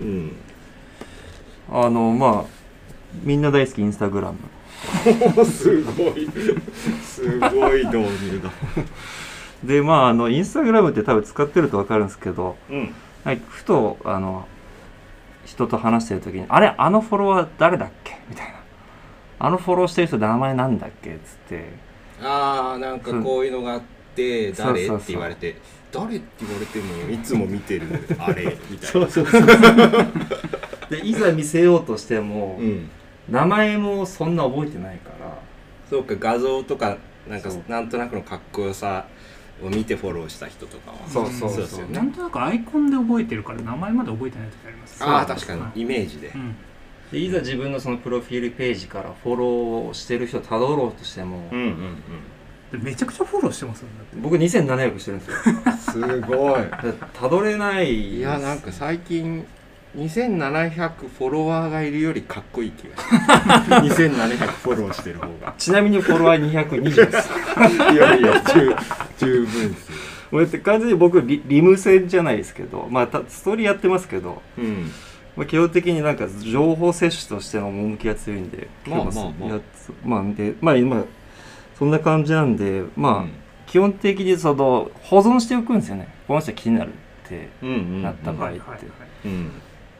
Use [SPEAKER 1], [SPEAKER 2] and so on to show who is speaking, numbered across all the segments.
[SPEAKER 1] うん
[SPEAKER 2] あのまあみんな大好きインスタグラム
[SPEAKER 1] おすごいすごい導入だ
[SPEAKER 2] でまああのインスタグラムって多分使ってると分かるんですけど、
[SPEAKER 1] うん
[SPEAKER 2] はい、ふとあの人と話してる時に「あれあのフォロワー誰だっけ?」みたいな「あのフォローしてる人名前なんだっけ?」っつって
[SPEAKER 1] ああなんかこういうのがあって
[SPEAKER 2] そう
[SPEAKER 1] 誰
[SPEAKER 2] そうそう
[SPEAKER 1] って言われて誰って言われてもいつも見 てるあれみたいな
[SPEAKER 2] うそうそうでいざ見せようとしても、
[SPEAKER 1] うん
[SPEAKER 2] 名前もそんな覚えてないから
[SPEAKER 1] そうか画像とかなんか
[SPEAKER 2] そう
[SPEAKER 1] なんとなくのかっこよさを見てフォローした人とかは
[SPEAKER 2] そうそうそう
[SPEAKER 1] そうですよ
[SPEAKER 3] なん
[SPEAKER 1] ね
[SPEAKER 3] となくアイコンで覚えてるから名前まで覚えてない時あります
[SPEAKER 1] ああ確か
[SPEAKER 3] はい
[SPEAKER 1] にイメージで
[SPEAKER 3] うん
[SPEAKER 2] でいざ自分のそのプロフィールページからフォローをしてる人をたどろうとしても、
[SPEAKER 1] うんうん
[SPEAKER 3] でめちゃくちゃフォローしてますよねだって
[SPEAKER 2] 僕2700してるんですよ
[SPEAKER 1] うんすごい
[SPEAKER 2] だからたどれない
[SPEAKER 1] いやなんか最近2700フォロワーがいるよりかっこいい気が する2700フォローしてる方が
[SPEAKER 2] ちなみにフォロワー220です
[SPEAKER 1] いやいや十十分ですよ
[SPEAKER 2] もうだって完全に僕リリム線じゃないですけどまあたストーリーやってますけど、
[SPEAKER 1] うん
[SPEAKER 2] まあ、基本的になんか情報摂取としての趣が強いんで
[SPEAKER 1] まあまあまあ
[SPEAKER 2] 結構やつまあでまあ今そんな感じなんでまあ、基本的にその保存しておくんですよねこの人気になるって
[SPEAKER 1] うんうん
[SPEAKER 2] なった場合
[SPEAKER 3] は
[SPEAKER 2] っ
[SPEAKER 3] い
[SPEAKER 2] て
[SPEAKER 3] はい
[SPEAKER 1] うん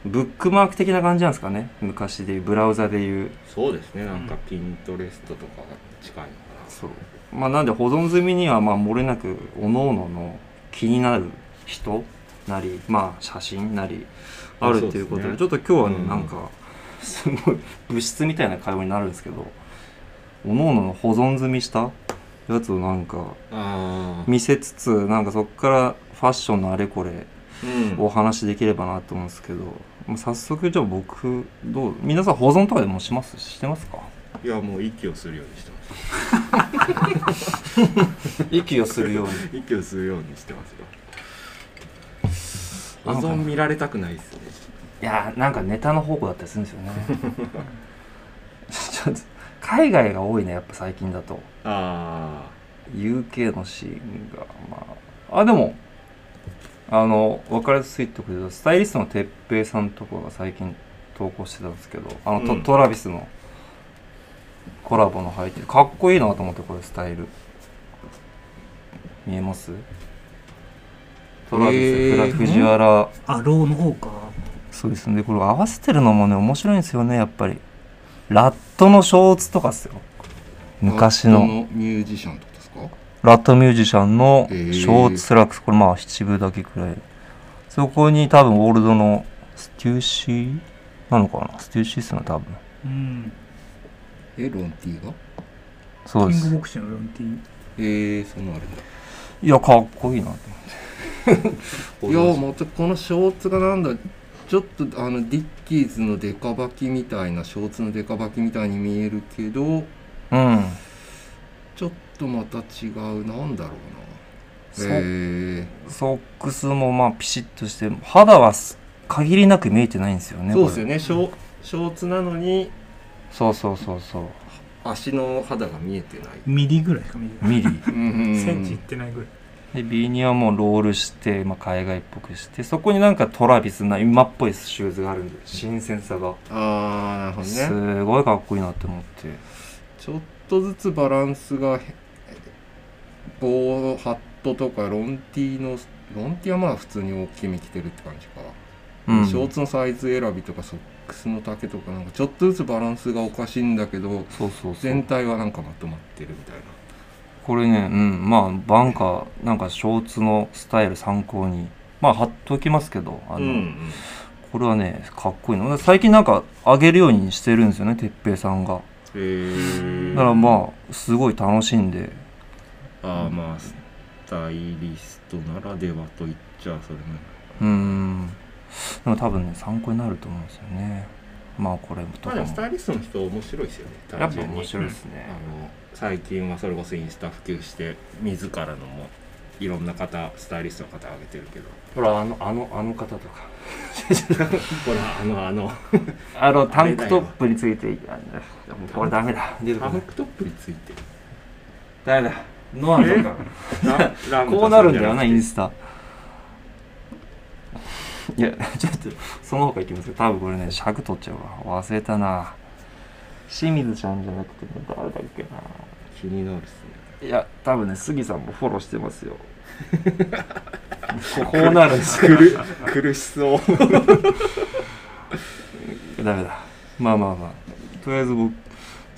[SPEAKER 2] ブックマーク的な感じなんですかね昔でいうブラウザでいう
[SPEAKER 1] そうですねなんかピントレストとかが近いのかな
[SPEAKER 2] そうまあなんで保存済みにはまあ漏れなく各々の気になる人なりまあ写真なりあるという
[SPEAKER 1] そう
[SPEAKER 2] ことで
[SPEAKER 1] ですね
[SPEAKER 2] ちょっと今日はね、
[SPEAKER 1] うん
[SPEAKER 2] なんかすごい物質みたいな会話になるんですけど各々の保存済みしたやつをなんか
[SPEAKER 1] あ
[SPEAKER 2] 見せつつなんかそこからファッションのあれこれ
[SPEAKER 1] うん
[SPEAKER 2] お話しできればなと思うんですけどもう早速じゃあ僕どう皆さん保存とかでもしますしてますか
[SPEAKER 1] いやもう息をするようにしてます
[SPEAKER 2] 息をするように
[SPEAKER 1] 息をするようにしてますよ
[SPEAKER 2] あの
[SPEAKER 1] 保存見られたくないですね
[SPEAKER 2] いやーなんかネタの宝庫だったりするんですよね ちょっと海外が多いねやっぱ最近だと
[SPEAKER 1] あ
[SPEAKER 2] UK のシーンがまああでもあの分かりやすいとこで言うとスタイリストの哲平さんとかが最近投稿してたんですけどあの、ト
[SPEAKER 1] うん
[SPEAKER 2] トラビスのコラボの履いてるかっこいいなと思ってこれスタイル見えますトラビス、
[SPEAKER 1] へー
[SPEAKER 2] フラ藤原
[SPEAKER 3] あローの方か
[SPEAKER 2] そうですねでこれ合わせてるのもね面白いんですよねやっぱりラットのショーツとかっすよ昔の
[SPEAKER 1] ミュージシャンってことですか
[SPEAKER 2] ラットミュージシャンのシ
[SPEAKER 1] へー
[SPEAKER 2] ョーツラックスこれまあ七分だけくらいそこに多分オールドのステューシーなのかなステューシーっすね多分
[SPEAKER 3] うん
[SPEAKER 1] えロンティーが
[SPEAKER 2] そうで
[SPEAKER 3] キング
[SPEAKER 2] す
[SPEAKER 3] ボクシングのロンティ
[SPEAKER 1] ええそんなのあるんだ
[SPEAKER 2] いやかっこいいなと
[SPEAKER 1] いやまたこのショーツがなんだちょっとあのディッキーズのデカバキみたいなショーツのデカバキみたいに見えるけど
[SPEAKER 2] うん
[SPEAKER 1] ちょっとまた違うなんだろう
[SPEAKER 2] そ
[SPEAKER 1] なへえ
[SPEAKER 2] ソックスもまあピシッとして肌はす限りなく見えてないんですよね
[SPEAKER 1] そうですよ
[SPEAKER 2] ね
[SPEAKER 1] ねショーショーツなのに
[SPEAKER 2] そうそうそうそう
[SPEAKER 1] 足の肌が見えてない
[SPEAKER 3] ミリぐらいしか見えない
[SPEAKER 2] ミリ
[SPEAKER 3] センチいってないぐらい
[SPEAKER 2] でビーニはもうロールして、まあ、海外っぽくしてそこになんかトラビスな今っぽいシューズがあるんで新鮮さが、
[SPEAKER 1] ああなるほどね
[SPEAKER 2] すごいかっこいいなって思って
[SPEAKER 1] ちょっとずつバランスがへ棒ハットとかロンティーのロンティーはまあ普通に大きめ着てるって感じか
[SPEAKER 2] うん
[SPEAKER 1] ショーツのサイズ選びとかソックスの丈とかなんかちょっとずつバランスがおかしいんだけど
[SPEAKER 2] そうそうそ
[SPEAKER 1] 全
[SPEAKER 2] う
[SPEAKER 1] 体はなんかまとまってるみたいな
[SPEAKER 2] これねうんまあバンカーなんかショーツのスタイル参考にまあ貼っときますけどあの、これはねかっこいいの最近なんか上げるようにしてるんですよね哲平さんが
[SPEAKER 1] へ
[SPEAKER 2] だ
[SPEAKER 1] え
[SPEAKER 2] からまあすごい楽しんで
[SPEAKER 1] ああまあスタイリストならではと言っちゃそれも
[SPEAKER 2] うんでも多分ね参考になると思うんですよねまあこれと
[SPEAKER 1] まあで
[SPEAKER 2] か
[SPEAKER 1] も
[SPEAKER 2] も
[SPEAKER 1] スタイリストの人面白いですよね
[SPEAKER 2] や
[SPEAKER 1] 単
[SPEAKER 2] っぱ
[SPEAKER 1] 純に
[SPEAKER 2] 面白いですね、
[SPEAKER 1] あの最近はそれこそインスタ普及して自らのもいろんな方スタイリストの方挙げてる けど
[SPEAKER 2] ほらあのあのあの方とか
[SPEAKER 1] ほらあのあ の
[SPEAKER 2] あのタ
[SPEAKER 1] タ
[SPEAKER 2] ン
[SPEAKER 1] ン
[SPEAKER 2] ク
[SPEAKER 1] ク
[SPEAKER 2] ト
[SPEAKER 1] ト
[SPEAKER 2] ッ
[SPEAKER 1] ッ
[SPEAKER 2] プについてこれダメだ出てこ
[SPEAKER 1] タ
[SPEAKER 2] な
[SPEAKER 1] ン
[SPEAKER 2] い
[SPEAKER 1] クトップについ てる
[SPEAKER 2] ダメだノアとか
[SPEAKER 1] ララムダさじゃくて
[SPEAKER 2] こうなるんだよなインスタいやちょっとその他いきますけど多分これね尺取っちゃうわ忘れたな清水ちゃんじゃなくて誰だっけな
[SPEAKER 1] 気になるっす
[SPEAKER 2] いや多分ね杉さんもフォローしてます よここうなるんですよ
[SPEAKER 1] ね苦苦しそう
[SPEAKER 2] ダメだまあまあまあとりあえず僕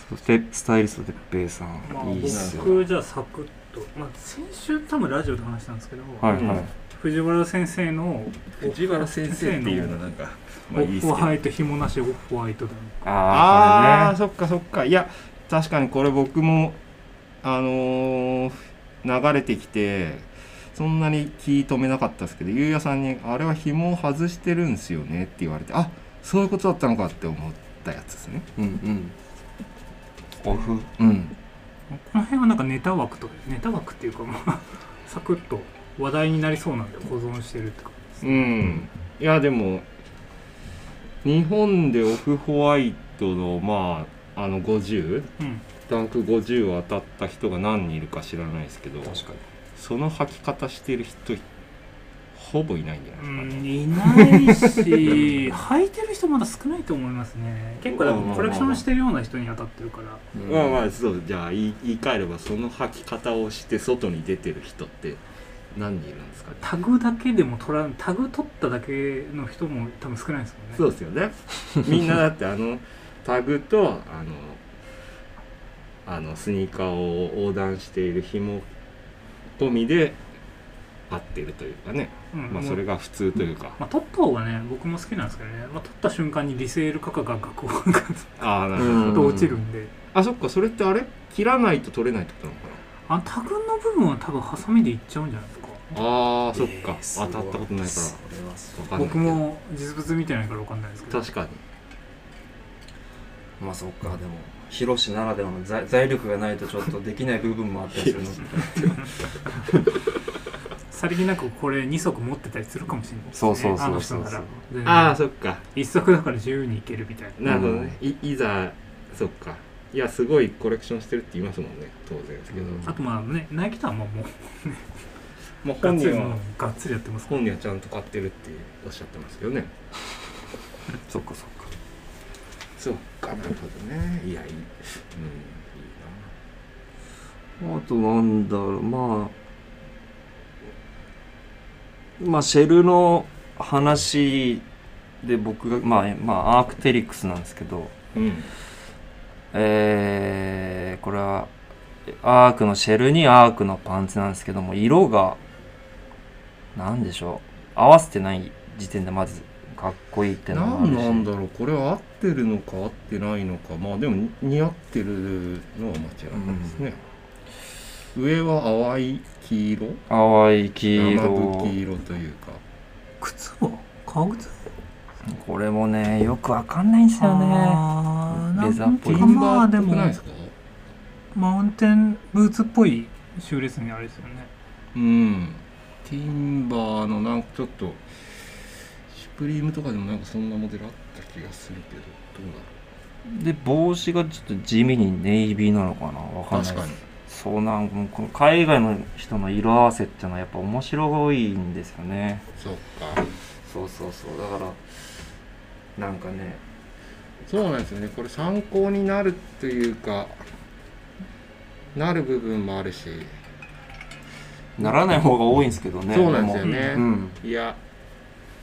[SPEAKER 2] そしてスタイリストてっぺいさん、
[SPEAKER 3] まあ、
[SPEAKER 2] いいっすよ
[SPEAKER 3] 僕じゃあサクッと、まあ、先週多分ラジオで話したんですけど、
[SPEAKER 2] はいはい、
[SPEAKER 1] うん
[SPEAKER 3] 藤原先生の
[SPEAKER 1] 藤原先生っていうのなんか
[SPEAKER 3] オ
[SPEAKER 1] まあいいっす
[SPEAKER 3] フ
[SPEAKER 1] けど
[SPEAKER 3] ホワイト紐なしオフホワイトだ
[SPEAKER 1] あ
[SPEAKER 2] あ
[SPEAKER 1] あ、そっかそっかいや確かにこれ僕もあのー流れてきてそんなに気止めなかったですけどゆうやさんに「あれは紐を外してるんすよね」って言われてあそういうことだったのかって思ったやつですね
[SPEAKER 2] あこれねうんうんオフうん
[SPEAKER 3] この辺はなんかネタ枠とかネタ枠っていうかまあサクッと話題になりそうなんで保存してるって感じです、
[SPEAKER 1] うんいやでも日本でオフホワイトのまああの50
[SPEAKER 3] うん
[SPEAKER 1] ダンク50を当たった人が何人いるか知らないですけど
[SPEAKER 2] 確かに
[SPEAKER 1] その履き方してる人ほぼいないんじゃな
[SPEAKER 3] う
[SPEAKER 1] いですかね、
[SPEAKER 3] ん、いないし 履いてる人まだ少ないと思いますね結構だからコレクションしてるような人に当たってるから
[SPEAKER 1] まあまあそうじゃあ言い言い換えればその履き方をして外に出てる人って何人いるんですかね
[SPEAKER 3] タグだけでも取らんタグ取っただけの人も多分少ないですもんね
[SPEAKER 1] そうですよねみんなだってあのタグとあのあのスニーカーを横断している紐込みで合ってるというかね、
[SPEAKER 3] うん
[SPEAKER 1] まあ、
[SPEAKER 3] もう
[SPEAKER 1] それが普通というか、
[SPEAKER 3] まあ、取った方がね僕も好きなんですけどね、まあ、取った瞬間にリセール価格がガクガク
[SPEAKER 1] ああなるほど、
[SPEAKER 2] うん
[SPEAKER 3] と落ちるんで、
[SPEAKER 1] あそっかそれってあれ切らないと取れないってことなのかな
[SPEAKER 3] あのタグの部分は多分ハサミでいっちゃうんじゃないですか
[SPEAKER 1] あーそっか、
[SPEAKER 4] えーすごい
[SPEAKER 1] 当たったことないか
[SPEAKER 4] それはすごい
[SPEAKER 1] らわかんないけど
[SPEAKER 3] 僕も実物見てないから分かんないですけど
[SPEAKER 1] 確かに
[SPEAKER 2] まあそっかでも広しならではの財財力がないとちょっとできない部分もあったりするの
[SPEAKER 3] さりげなくこれ2足持ってたりするかもしれないです、
[SPEAKER 2] そう
[SPEAKER 3] ね、
[SPEAKER 2] そうそうそう
[SPEAKER 3] あの人なら全然
[SPEAKER 1] ああそっか
[SPEAKER 3] 一足だから自由にいけるみたいな
[SPEAKER 1] なるほどね、いいざそっかいやすごいコレクションしてるって言いますもんね当然ですけど、
[SPEAKER 2] うん
[SPEAKER 3] あとまあねナイキとはまあもう
[SPEAKER 1] まあ、
[SPEAKER 3] ガ
[SPEAKER 1] 本
[SPEAKER 3] ッツ
[SPEAKER 1] 人
[SPEAKER 3] リも
[SPEAKER 1] は
[SPEAKER 3] うガッツリやってますから
[SPEAKER 1] 本人はちゃんと買ってるっておっしゃってますよね
[SPEAKER 2] そっかそっか
[SPEAKER 1] そっかなるほどねいやいいうんいい
[SPEAKER 2] あとなんだろうまあまあシェルの話で僕がまあ、まあ、アークテリックスなんですけど
[SPEAKER 1] なうん
[SPEAKER 2] えーこれはアークのシェルにアークのパンツなんですけども色が何でしょう合わせてない時点でまずかっこいいってのもあるし
[SPEAKER 1] 何なんだろうこれは合ってるのか合ってないのかまあでも似合ってるのは間違いないですね、上は淡い黄色
[SPEAKER 2] 淡い黄
[SPEAKER 1] 生
[SPEAKER 2] 色
[SPEAKER 1] 吹き色というか
[SPEAKER 3] 靴は革靴
[SPEAKER 2] これもねよくわかんないんですよね
[SPEAKER 3] あー
[SPEAKER 2] レザーっぽい
[SPEAKER 1] テ
[SPEAKER 3] な
[SPEAKER 1] ィ
[SPEAKER 3] んか
[SPEAKER 1] ン
[SPEAKER 3] ま
[SPEAKER 1] バ
[SPEAKER 3] あ
[SPEAKER 1] ー
[SPEAKER 3] で
[SPEAKER 1] っぽ
[SPEAKER 3] も
[SPEAKER 1] くないですか
[SPEAKER 3] マウンテンブーツっぽいシューレスにあれですよね
[SPEAKER 1] うんティンバーのなんかちょっとシュプリームとかでもなんかそんなモデルあった気がするけどどう
[SPEAKER 2] で帽子がちょっと地味にネイビーなのかなわか
[SPEAKER 1] だろう
[SPEAKER 2] んな
[SPEAKER 1] 確
[SPEAKER 2] いで
[SPEAKER 1] か
[SPEAKER 2] す
[SPEAKER 1] に
[SPEAKER 2] そうなんもうこの海外の人の色合わせっていうのはやっぱ面白いんですよね
[SPEAKER 1] そっか
[SPEAKER 2] そうそうそうだからなんかね
[SPEAKER 1] そうなんですよねこれ参考になるというかなる部分もあるし
[SPEAKER 2] ならない方が多いんですけどね
[SPEAKER 1] そうなんですよ
[SPEAKER 2] で
[SPEAKER 1] ね、
[SPEAKER 2] もうん
[SPEAKER 1] いや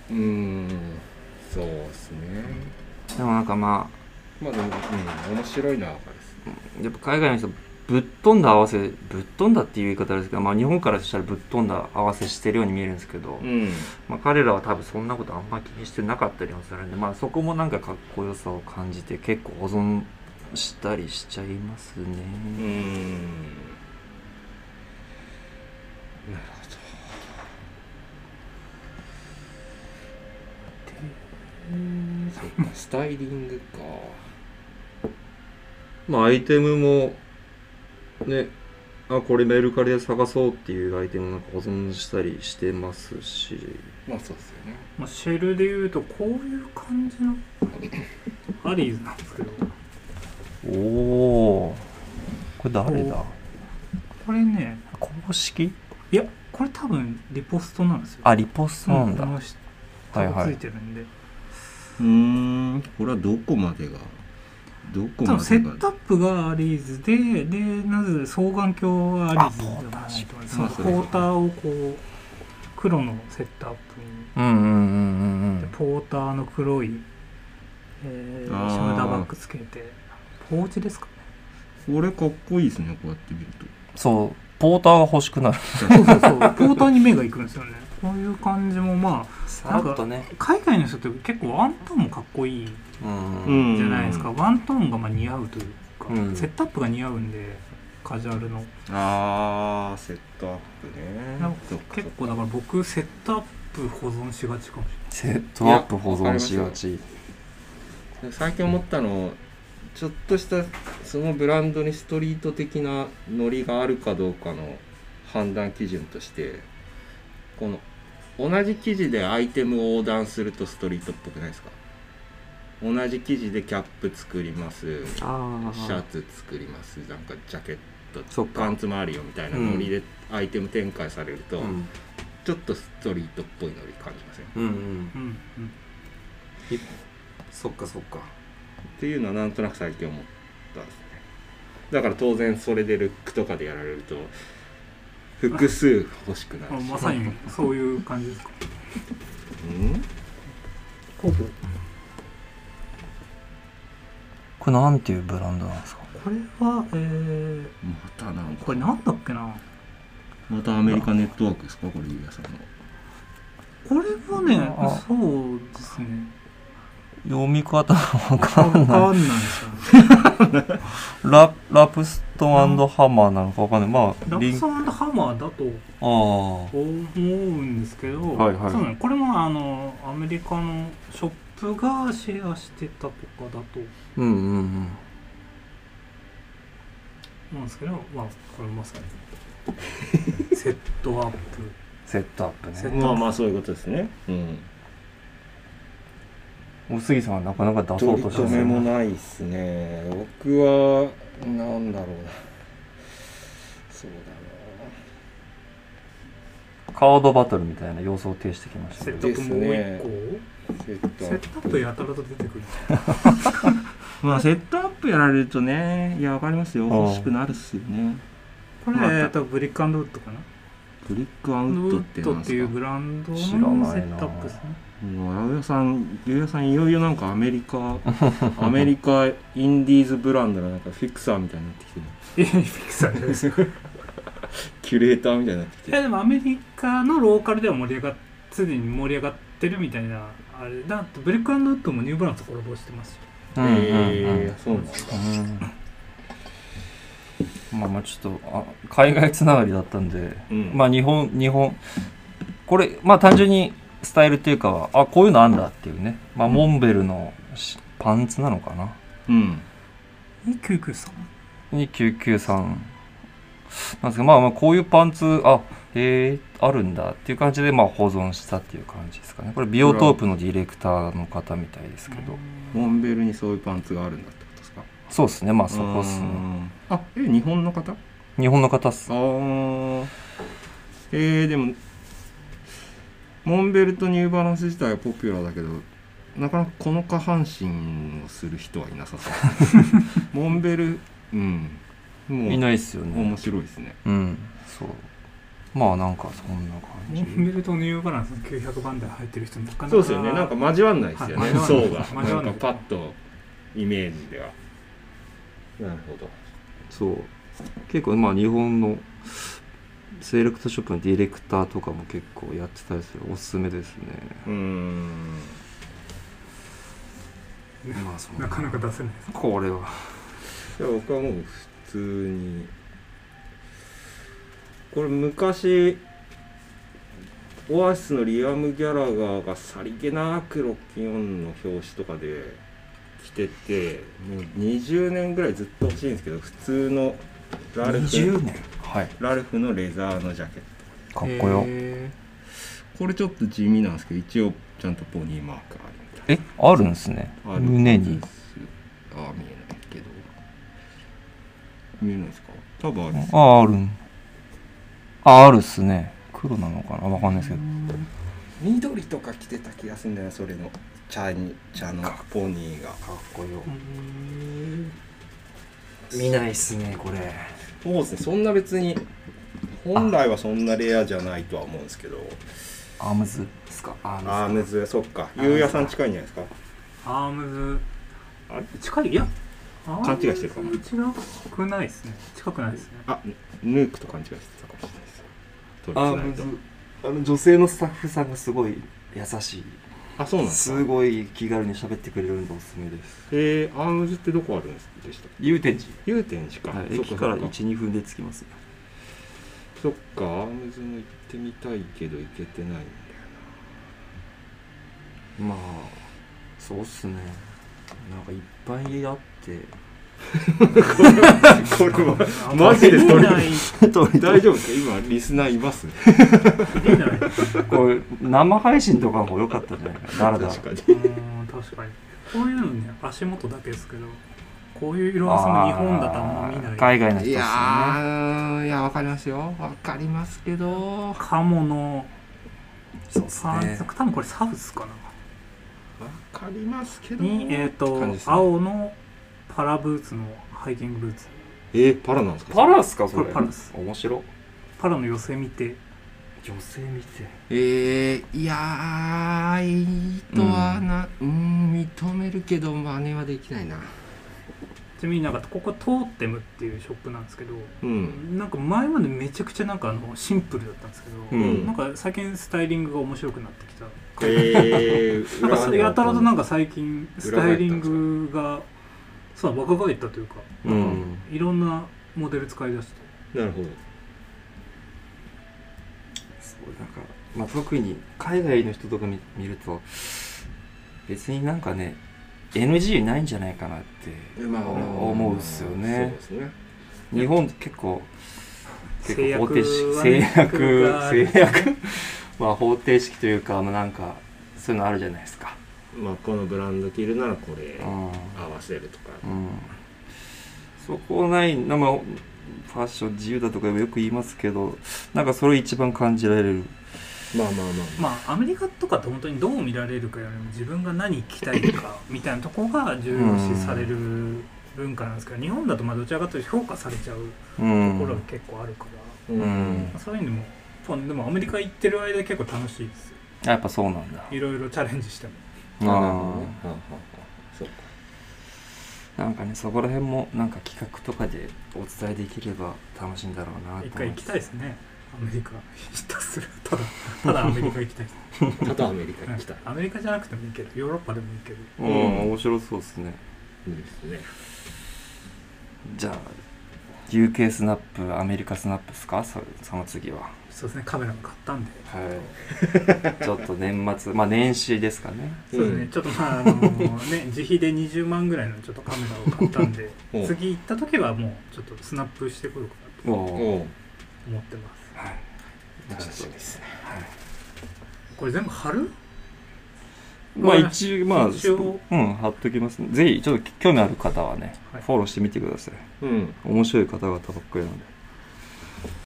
[SPEAKER 1] うーんそうですね
[SPEAKER 2] でもなんかま
[SPEAKER 1] まあでも、うん、面白いなこれ
[SPEAKER 2] あやっぱ海外の人ぶっ飛んだ合わせぶっ飛んだっていう言い方あれですけど、まあ、日本からしたらぶっ飛んだ合わせしてるように見えるんですけど、
[SPEAKER 1] うん
[SPEAKER 2] まあ、彼らは多分そんなことあんま気にしてなかったりもするんで、まあ、そこもなんかかっこよさを感じて結構保存したりしちゃいますね、
[SPEAKER 1] うーんなるほどそっかスタイリングか
[SPEAKER 2] まあアイテムもねあこれメルカリで探そうっていうアイテムなんか保存したりしてますし
[SPEAKER 1] まあそうですよね
[SPEAKER 3] まあ、シェルでいうとこういう感じのアリーズなんですけど
[SPEAKER 2] おおこれ誰だ
[SPEAKER 3] これね
[SPEAKER 2] 公式
[SPEAKER 3] いやこれ多分リポストなんですよ
[SPEAKER 2] あリポストなんだ、
[SPEAKER 3] この
[SPEAKER 2] は
[SPEAKER 3] 人タ
[SPEAKER 2] い
[SPEAKER 3] ブ
[SPEAKER 2] は
[SPEAKER 3] つい
[SPEAKER 2] い。
[SPEAKER 3] てるんで、
[SPEAKER 1] うーんこれはどこまでがどこ
[SPEAKER 3] 多
[SPEAKER 1] ま
[SPEAKER 3] 分セ
[SPEAKER 1] で
[SPEAKER 3] ット
[SPEAKER 1] が
[SPEAKER 3] アップがアリーズででなぜ双眼鏡はアリーズじゃないと思います
[SPEAKER 1] あ
[SPEAKER 3] その
[SPEAKER 1] ポーターそう
[SPEAKER 3] ポ
[SPEAKER 1] ですね
[SPEAKER 3] ーターをこう黒のセットアップに
[SPEAKER 2] うんうんうんうんう
[SPEAKER 3] で
[SPEAKER 2] ん。
[SPEAKER 3] ポーターの黒い、えー
[SPEAKER 1] あー
[SPEAKER 3] ショルダーバッグつけてポーチですかね
[SPEAKER 1] これかっこいいですねこうやって見ると
[SPEAKER 2] そう、ポーターが欲しくなる。
[SPEAKER 3] そうそ うそうポーターに目がいくんですよねこういう感じもまあ
[SPEAKER 2] さ
[SPEAKER 3] らっと
[SPEAKER 2] ね。
[SPEAKER 3] 海外の人って結構ワントーンもかっこいい
[SPEAKER 2] うん
[SPEAKER 1] うん
[SPEAKER 3] じゃないですか、ワントーンがまあ似合うというか、
[SPEAKER 2] うん
[SPEAKER 3] セットアップが似合うんでカジュアルの
[SPEAKER 1] あーセットアップね
[SPEAKER 3] なんか
[SPEAKER 1] そっかそっ
[SPEAKER 3] 結
[SPEAKER 1] か
[SPEAKER 3] 構だから僕セットアップ保存しがちかもし
[SPEAKER 2] セットアップ保存しがち。
[SPEAKER 1] 最近思ったのちょっとしたそのブランドにストリート的なノリがあるかどうかの判断基準としてこの同じ生地でアイテムを横断するとストリートっぽくないですか同じ生地でキャップ作りますシ
[SPEAKER 2] あ
[SPEAKER 1] ャツ作りますなんかジャケット
[SPEAKER 2] そっか
[SPEAKER 1] パンツもあるよみたいなノリでアイテム展開されると、
[SPEAKER 2] うん
[SPEAKER 1] ちょっとストリートっぽいノリ感じません
[SPEAKER 2] うんうん。
[SPEAKER 3] れない、うんうん
[SPEAKER 2] そっかそっか。
[SPEAKER 1] っていうのはなんとなく最近思ったんですねだから当然それでルックとかでやられると複数欲しくな
[SPEAKER 3] あ
[SPEAKER 1] るし
[SPEAKER 3] まさにそういう感じですか
[SPEAKER 1] うん
[SPEAKER 3] こ
[SPEAKER 2] これなんていうブランドなんですか
[SPEAKER 3] れは、えー、
[SPEAKER 1] またなんか
[SPEAKER 3] これなんだっけな
[SPEAKER 1] またアメリカネットワークですかこれゆうやさんの
[SPEAKER 3] これはね
[SPEAKER 2] あ
[SPEAKER 3] そうですね
[SPEAKER 2] 読み方わか
[SPEAKER 3] わか
[SPEAKER 2] ん
[SPEAKER 3] ん
[SPEAKER 2] ない。
[SPEAKER 3] ないですよね
[SPEAKER 2] ララプストンハマーなのかわかんない。まあ、
[SPEAKER 3] ラ
[SPEAKER 2] リ
[SPEAKER 3] プ
[SPEAKER 2] ン
[SPEAKER 3] ス
[SPEAKER 2] ク。
[SPEAKER 3] トハマーだと
[SPEAKER 2] ああ。
[SPEAKER 3] 思うんですけど、
[SPEAKER 2] はいはい
[SPEAKER 3] そうねこれもあのアメリカのショップがシェアしてたとかだと思
[SPEAKER 2] うんうんうん。
[SPEAKER 3] うんですけどまあこれまさ にセットアップ
[SPEAKER 2] セットアップ
[SPEAKER 3] セッ
[SPEAKER 2] ね。
[SPEAKER 3] トまあ
[SPEAKER 1] まあそういうことですねうん
[SPEAKER 2] お杉さんはなかなか出そう
[SPEAKER 1] 取り
[SPEAKER 2] とし
[SPEAKER 1] 留
[SPEAKER 2] ない
[SPEAKER 1] めもないっすね僕はなんだろうなそう
[SPEAKER 2] カードバトルみたいな様相を呈してきました
[SPEAKER 3] セ
[SPEAKER 2] ね
[SPEAKER 3] ットアップもう一個、
[SPEAKER 1] だなセット
[SPEAKER 3] セットアップやたらと出てくる
[SPEAKER 1] まあセットアップやられるとねいやわかりますよ
[SPEAKER 2] うん欲しく
[SPEAKER 1] なるっすよね
[SPEAKER 3] これ、
[SPEAKER 1] また
[SPEAKER 3] えーとブリックアンドウッドかな
[SPEAKER 1] ブリックアウ
[SPEAKER 3] ウ
[SPEAKER 1] ッドっ
[SPEAKER 3] ッ
[SPEAKER 1] てな
[SPEAKER 3] ド
[SPEAKER 1] ん
[SPEAKER 3] っ
[SPEAKER 1] で
[SPEAKER 3] てい
[SPEAKER 1] す
[SPEAKER 3] う
[SPEAKER 1] か
[SPEAKER 3] ブランドのセ
[SPEAKER 2] 知らないな
[SPEAKER 3] ットアップですね
[SPEAKER 1] もう八百屋さん八百屋さんいよいよなんかアメリ カアメリカインディーズブランドのなんかフィクサーみたいになってきてる
[SPEAKER 3] いやフィクサーじゃないですよ
[SPEAKER 1] キュレーターみたいになってき
[SPEAKER 3] い
[SPEAKER 1] てる
[SPEAKER 3] やでもアメリカのローカルでは盛り上がっすでに盛り上がってるみたいなあれだってブリックアンドウッドもニューバランスコラボしてますよ
[SPEAKER 2] うんうんうん
[SPEAKER 1] えーそうなんだ
[SPEAKER 2] うんまあまあちょっとあ海外つながりだったんで、
[SPEAKER 1] うん
[SPEAKER 2] まあ日本日本これまあ単純にスタイルっていうかあこういうのあんだっていうね、まあ、モンベルのしパンツなのかな
[SPEAKER 1] うん
[SPEAKER 3] 293
[SPEAKER 2] に993なんですけどまあまあこういうパンツあへえあるんだっていう感じでまあ保存したっていう感じですかねこれビオトープのディレクターの方みたいですけど、
[SPEAKER 1] モンベルにそういうパンツがあるんだってことですか
[SPEAKER 2] そうですねまあそこっす
[SPEAKER 1] うー
[SPEAKER 2] ね
[SPEAKER 1] んあえ日本の方あ
[SPEAKER 2] 日本の方っす
[SPEAKER 1] あーえー、でもモンベルとニューバランス自体はポピュラーだけどなかなかこの下半身をする人はいなさ そうモンベルうんもう
[SPEAKER 2] いないっすよね
[SPEAKER 1] 面白いですね
[SPEAKER 2] うんそうまあなんかそんな感
[SPEAKER 3] モ
[SPEAKER 2] じ
[SPEAKER 3] ンベルとニューバランスの900番台入ってる人なかなか
[SPEAKER 1] そうですよね。なんか交わんないですよ
[SPEAKER 3] は
[SPEAKER 1] ね
[SPEAKER 3] い。交わ
[SPEAKER 1] 層
[SPEAKER 3] んな
[SPEAKER 1] が
[SPEAKER 3] い。交
[SPEAKER 1] な
[SPEAKER 3] わ
[SPEAKER 1] ん
[SPEAKER 3] んな
[SPEAKER 1] か
[SPEAKER 3] い
[SPEAKER 1] パッとイメージでは。なるほど。
[SPEAKER 2] そう結構まあ日本のセレクトショップのディレクターとかも結構やってたりするおすすめですね
[SPEAKER 1] うーん。
[SPEAKER 2] まあそ
[SPEAKER 3] なかなか出せないです
[SPEAKER 2] これは
[SPEAKER 1] じゃあ僕はもう普通に。これ昔、オアシスのリアム・ギャラガーがさりげなくロッキンオンの表紙とかで着てて、もう20年ぐらいずっと欲しいんですけど、普通のラルフ
[SPEAKER 2] 年はい
[SPEAKER 1] ラルフのレザーのジャケット。
[SPEAKER 2] かっこよ
[SPEAKER 3] へ
[SPEAKER 1] これちょっと地味なんですけど一応ちゃんとポニーマークあるみたい
[SPEAKER 2] えあるんですね
[SPEAKER 1] なある
[SPEAKER 2] 胸に
[SPEAKER 1] あ見えないけど見えないですか多分あるんですよ
[SPEAKER 2] ああるんああるっすね黒なのかなわかんないですけど
[SPEAKER 1] 緑とか着てた気がするんだよそれの茶に茶のポニーが
[SPEAKER 2] かっこよ
[SPEAKER 3] うん
[SPEAKER 2] 見ないっすねこれ
[SPEAKER 1] そうですねそんな別に本来はそんなレアじゃないとは思うんですけど
[SPEAKER 2] アームズですかア
[SPEAKER 1] ああ
[SPEAKER 2] ーム
[SPEAKER 1] むずそっかゆうやさん近いんじゃないですか
[SPEAKER 3] アームズ
[SPEAKER 1] あ
[SPEAKER 3] 近いいやア
[SPEAKER 1] 勘違いしてるかな
[SPEAKER 3] ームズ近くないですね近くないですね
[SPEAKER 1] あヌークと勘違いしてたかもしれないです
[SPEAKER 2] ズ
[SPEAKER 1] 取り違えた
[SPEAKER 2] あの女性のスタッフさんがすごい優し
[SPEAKER 1] あそうなん
[SPEAKER 2] い
[SPEAKER 1] です
[SPEAKER 2] す
[SPEAKER 1] か
[SPEAKER 2] ごい気軽に喋ってくれるんでおすすめです
[SPEAKER 1] えー、アームズってどこあるんでしたっけ
[SPEAKER 2] 祐天寺
[SPEAKER 1] 祐天寺か、
[SPEAKER 2] はい、
[SPEAKER 1] そっ
[SPEAKER 2] 駅
[SPEAKER 1] か
[SPEAKER 2] か
[SPEAKER 1] そ
[SPEAKER 2] ら
[SPEAKER 1] っか
[SPEAKER 2] 12分で着きます
[SPEAKER 1] そっかアームズも行ってみたいけど行けてないんだよ
[SPEAKER 2] まあそうっすねなんかいっぱいあって
[SPEAKER 1] なこれは
[SPEAKER 3] あ
[SPEAKER 1] マジで取
[SPEAKER 3] 見
[SPEAKER 1] り
[SPEAKER 3] ない
[SPEAKER 1] 大丈夫ですか今リスナーいますね
[SPEAKER 3] 見ない
[SPEAKER 2] こう生配信とかも良かったんじゃないかなだらだら
[SPEAKER 1] 確かに
[SPEAKER 3] うん確かにこういうのね足元だけですけどこういう色はその日本だとあんま見
[SPEAKER 2] あ
[SPEAKER 3] な
[SPEAKER 2] ー
[SPEAKER 3] い
[SPEAKER 2] 海外の
[SPEAKER 1] い
[SPEAKER 2] 人っすよ
[SPEAKER 1] や
[SPEAKER 2] ね
[SPEAKER 1] ーいやわかりますよわかりますけどわ
[SPEAKER 3] カモの
[SPEAKER 2] そうっす
[SPEAKER 3] パン
[SPEAKER 2] ね
[SPEAKER 3] ツ多分これサブスかな
[SPEAKER 1] かりますけど
[SPEAKER 3] にえっ、と、
[SPEAKER 1] 感じですね
[SPEAKER 3] 青のパラブーツのハイキングブーツ
[SPEAKER 1] えーパラなんですか
[SPEAKER 2] パラっすかそれ
[SPEAKER 3] これパラっす
[SPEAKER 2] 面白
[SPEAKER 3] パラの寄せ見て
[SPEAKER 2] 女性見て
[SPEAKER 1] えー、いやーいいとはなうん認めるけど真似はできないな
[SPEAKER 3] ちなみになんかここトーテムっていうショップなんですけど
[SPEAKER 1] うん
[SPEAKER 3] なんか前までめちゃくちゃなんかあのシンプルだったんですけど、
[SPEAKER 1] うん
[SPEAKER 3] なんか最近スタイリングが面白くなってきた
[SPEAKER 1] えー、
[SPEAKER 3] なんかそれやたらとなん
[SPEAKER 1] か
[SPEAKER 3] か最近スタイリングがそう若返ったというか
[SPEAKER 1] う
[SPEAKER 2] うん
[SPEAKER 3] いろんなモデル使い出して
[SPEAKER 1] なるほど
[SPEAKER 2] そうなんか、まあ、特に海外の人とか見見ると別になんかね NG ないんじゃないかなって
[SPEAKER 1] ま
[SPEAKER 2] 思うっすよね
[SPEAKER 1] そうですね
[SPEAKER 2] 日本結構結
[SPEAKER 3] 制
[SPEAKER 2] 構
[SPEAKER 3] 約
[SPEAKER 2] 方
[SPEAKER 3] は
[SPEAKER 2] 程
[SPEAKER 3] ね
[SPEAKER 2] 式制約制約 まあ方程式というか、まあ、なんかそういうのあるじゃないですか
[SPEAKER 1] まあこのブランド着るならこれ
[SPEAKER 2] うん、うん、
[SPEAKER 1] 合わせるとか
[SPEAKER 2] そこないなまあファッション自由だとかよく言いますけどなんかそれ一番感じられる
[SPEAKER 1] まあまあまあ
[SPEAKER 3] まあアメリカとかって本当にどう見られるかよりも自分が何着たいかみたいなとこが重要視される文化なんですけど日本だとまあどちらかというと評価されちゃう
[SPEAKER 2] う
[SPEAKER 3] ところが
[SPEAKER 2] ん
[SPEAKER 3] 結構あるから、
[SPEAKER 1] う
[SPEAKER 2] うん
[SPEAKER 3] そういうのもまあでもアメリカ行ってる間結構楽しいですよ
[SPEAKER 2] やっぱそうなんだ
[SPEAKER 3] いろいろチャレンジしても
[SPEAKER 1] あなるほどねは
[SPEAKER 2] あー
[SPEAKER 1] あはあはあそうか
[SPEAKER 2] なんかねそこら辺もなんか企画とかでお伝えできれば楽しいんだろうなと
[SPEAKER 3] 一回行きたいですねアメリカひたすらただただアメリカ行きたいです
[SPEAKER 1] ただアメリカに来た
[SPEAKER 3] アメリカじゃなくてもいいけどヨーロッパでもいいけど
[SPEAKER 2] う
[SPEAKER 1] うんん、
[SPEAKER 2] 面白そうですね
[SPEAKER 1] いいですね
[SPEAKER 2] じゃあ UK スナップアメリカスナップですかそその次は
[SPEAKER 3] そうですねカメラも買ったんで
[SPEAKER 2] はいちょっと年末まあ年始ですかね
[SPEAKER 3] そうですね、
[SPEAKER 1] うん
[SPEAKER 3] ちょっとまああのね自費で20万ぐらいのちょっとカメラを買ったんで
[SPEAKER 1] おう
[SPEAKER 3] 次行った時はもうちょっとスナップしてこようかな
[SPEAKER 2] お
[SPEAKER 3] と
[SPEAKER 2] お
[SPEAKER 1] おう
[SPEAKER 3] 思ってます
[SPEAKER 2] はい
[SPEAKER 1] 楽しみ
[SPEAKER 2] はい
[SPEAKER 1] ですね
[SPEAKER 3] これ全部貼る
[SPEAKER 2] まあ一応まあ
[SPEAKER 3] 一応
[SPEAKER 2] うん貼っときますぜひちょっと興味ある方はね、
[SPEAKER 3] はい
[SPEAKER 2] フォローしてみてください
[SPEAKER 1] うん
[SPEAKER 2] 面白い方々ばっかりなんで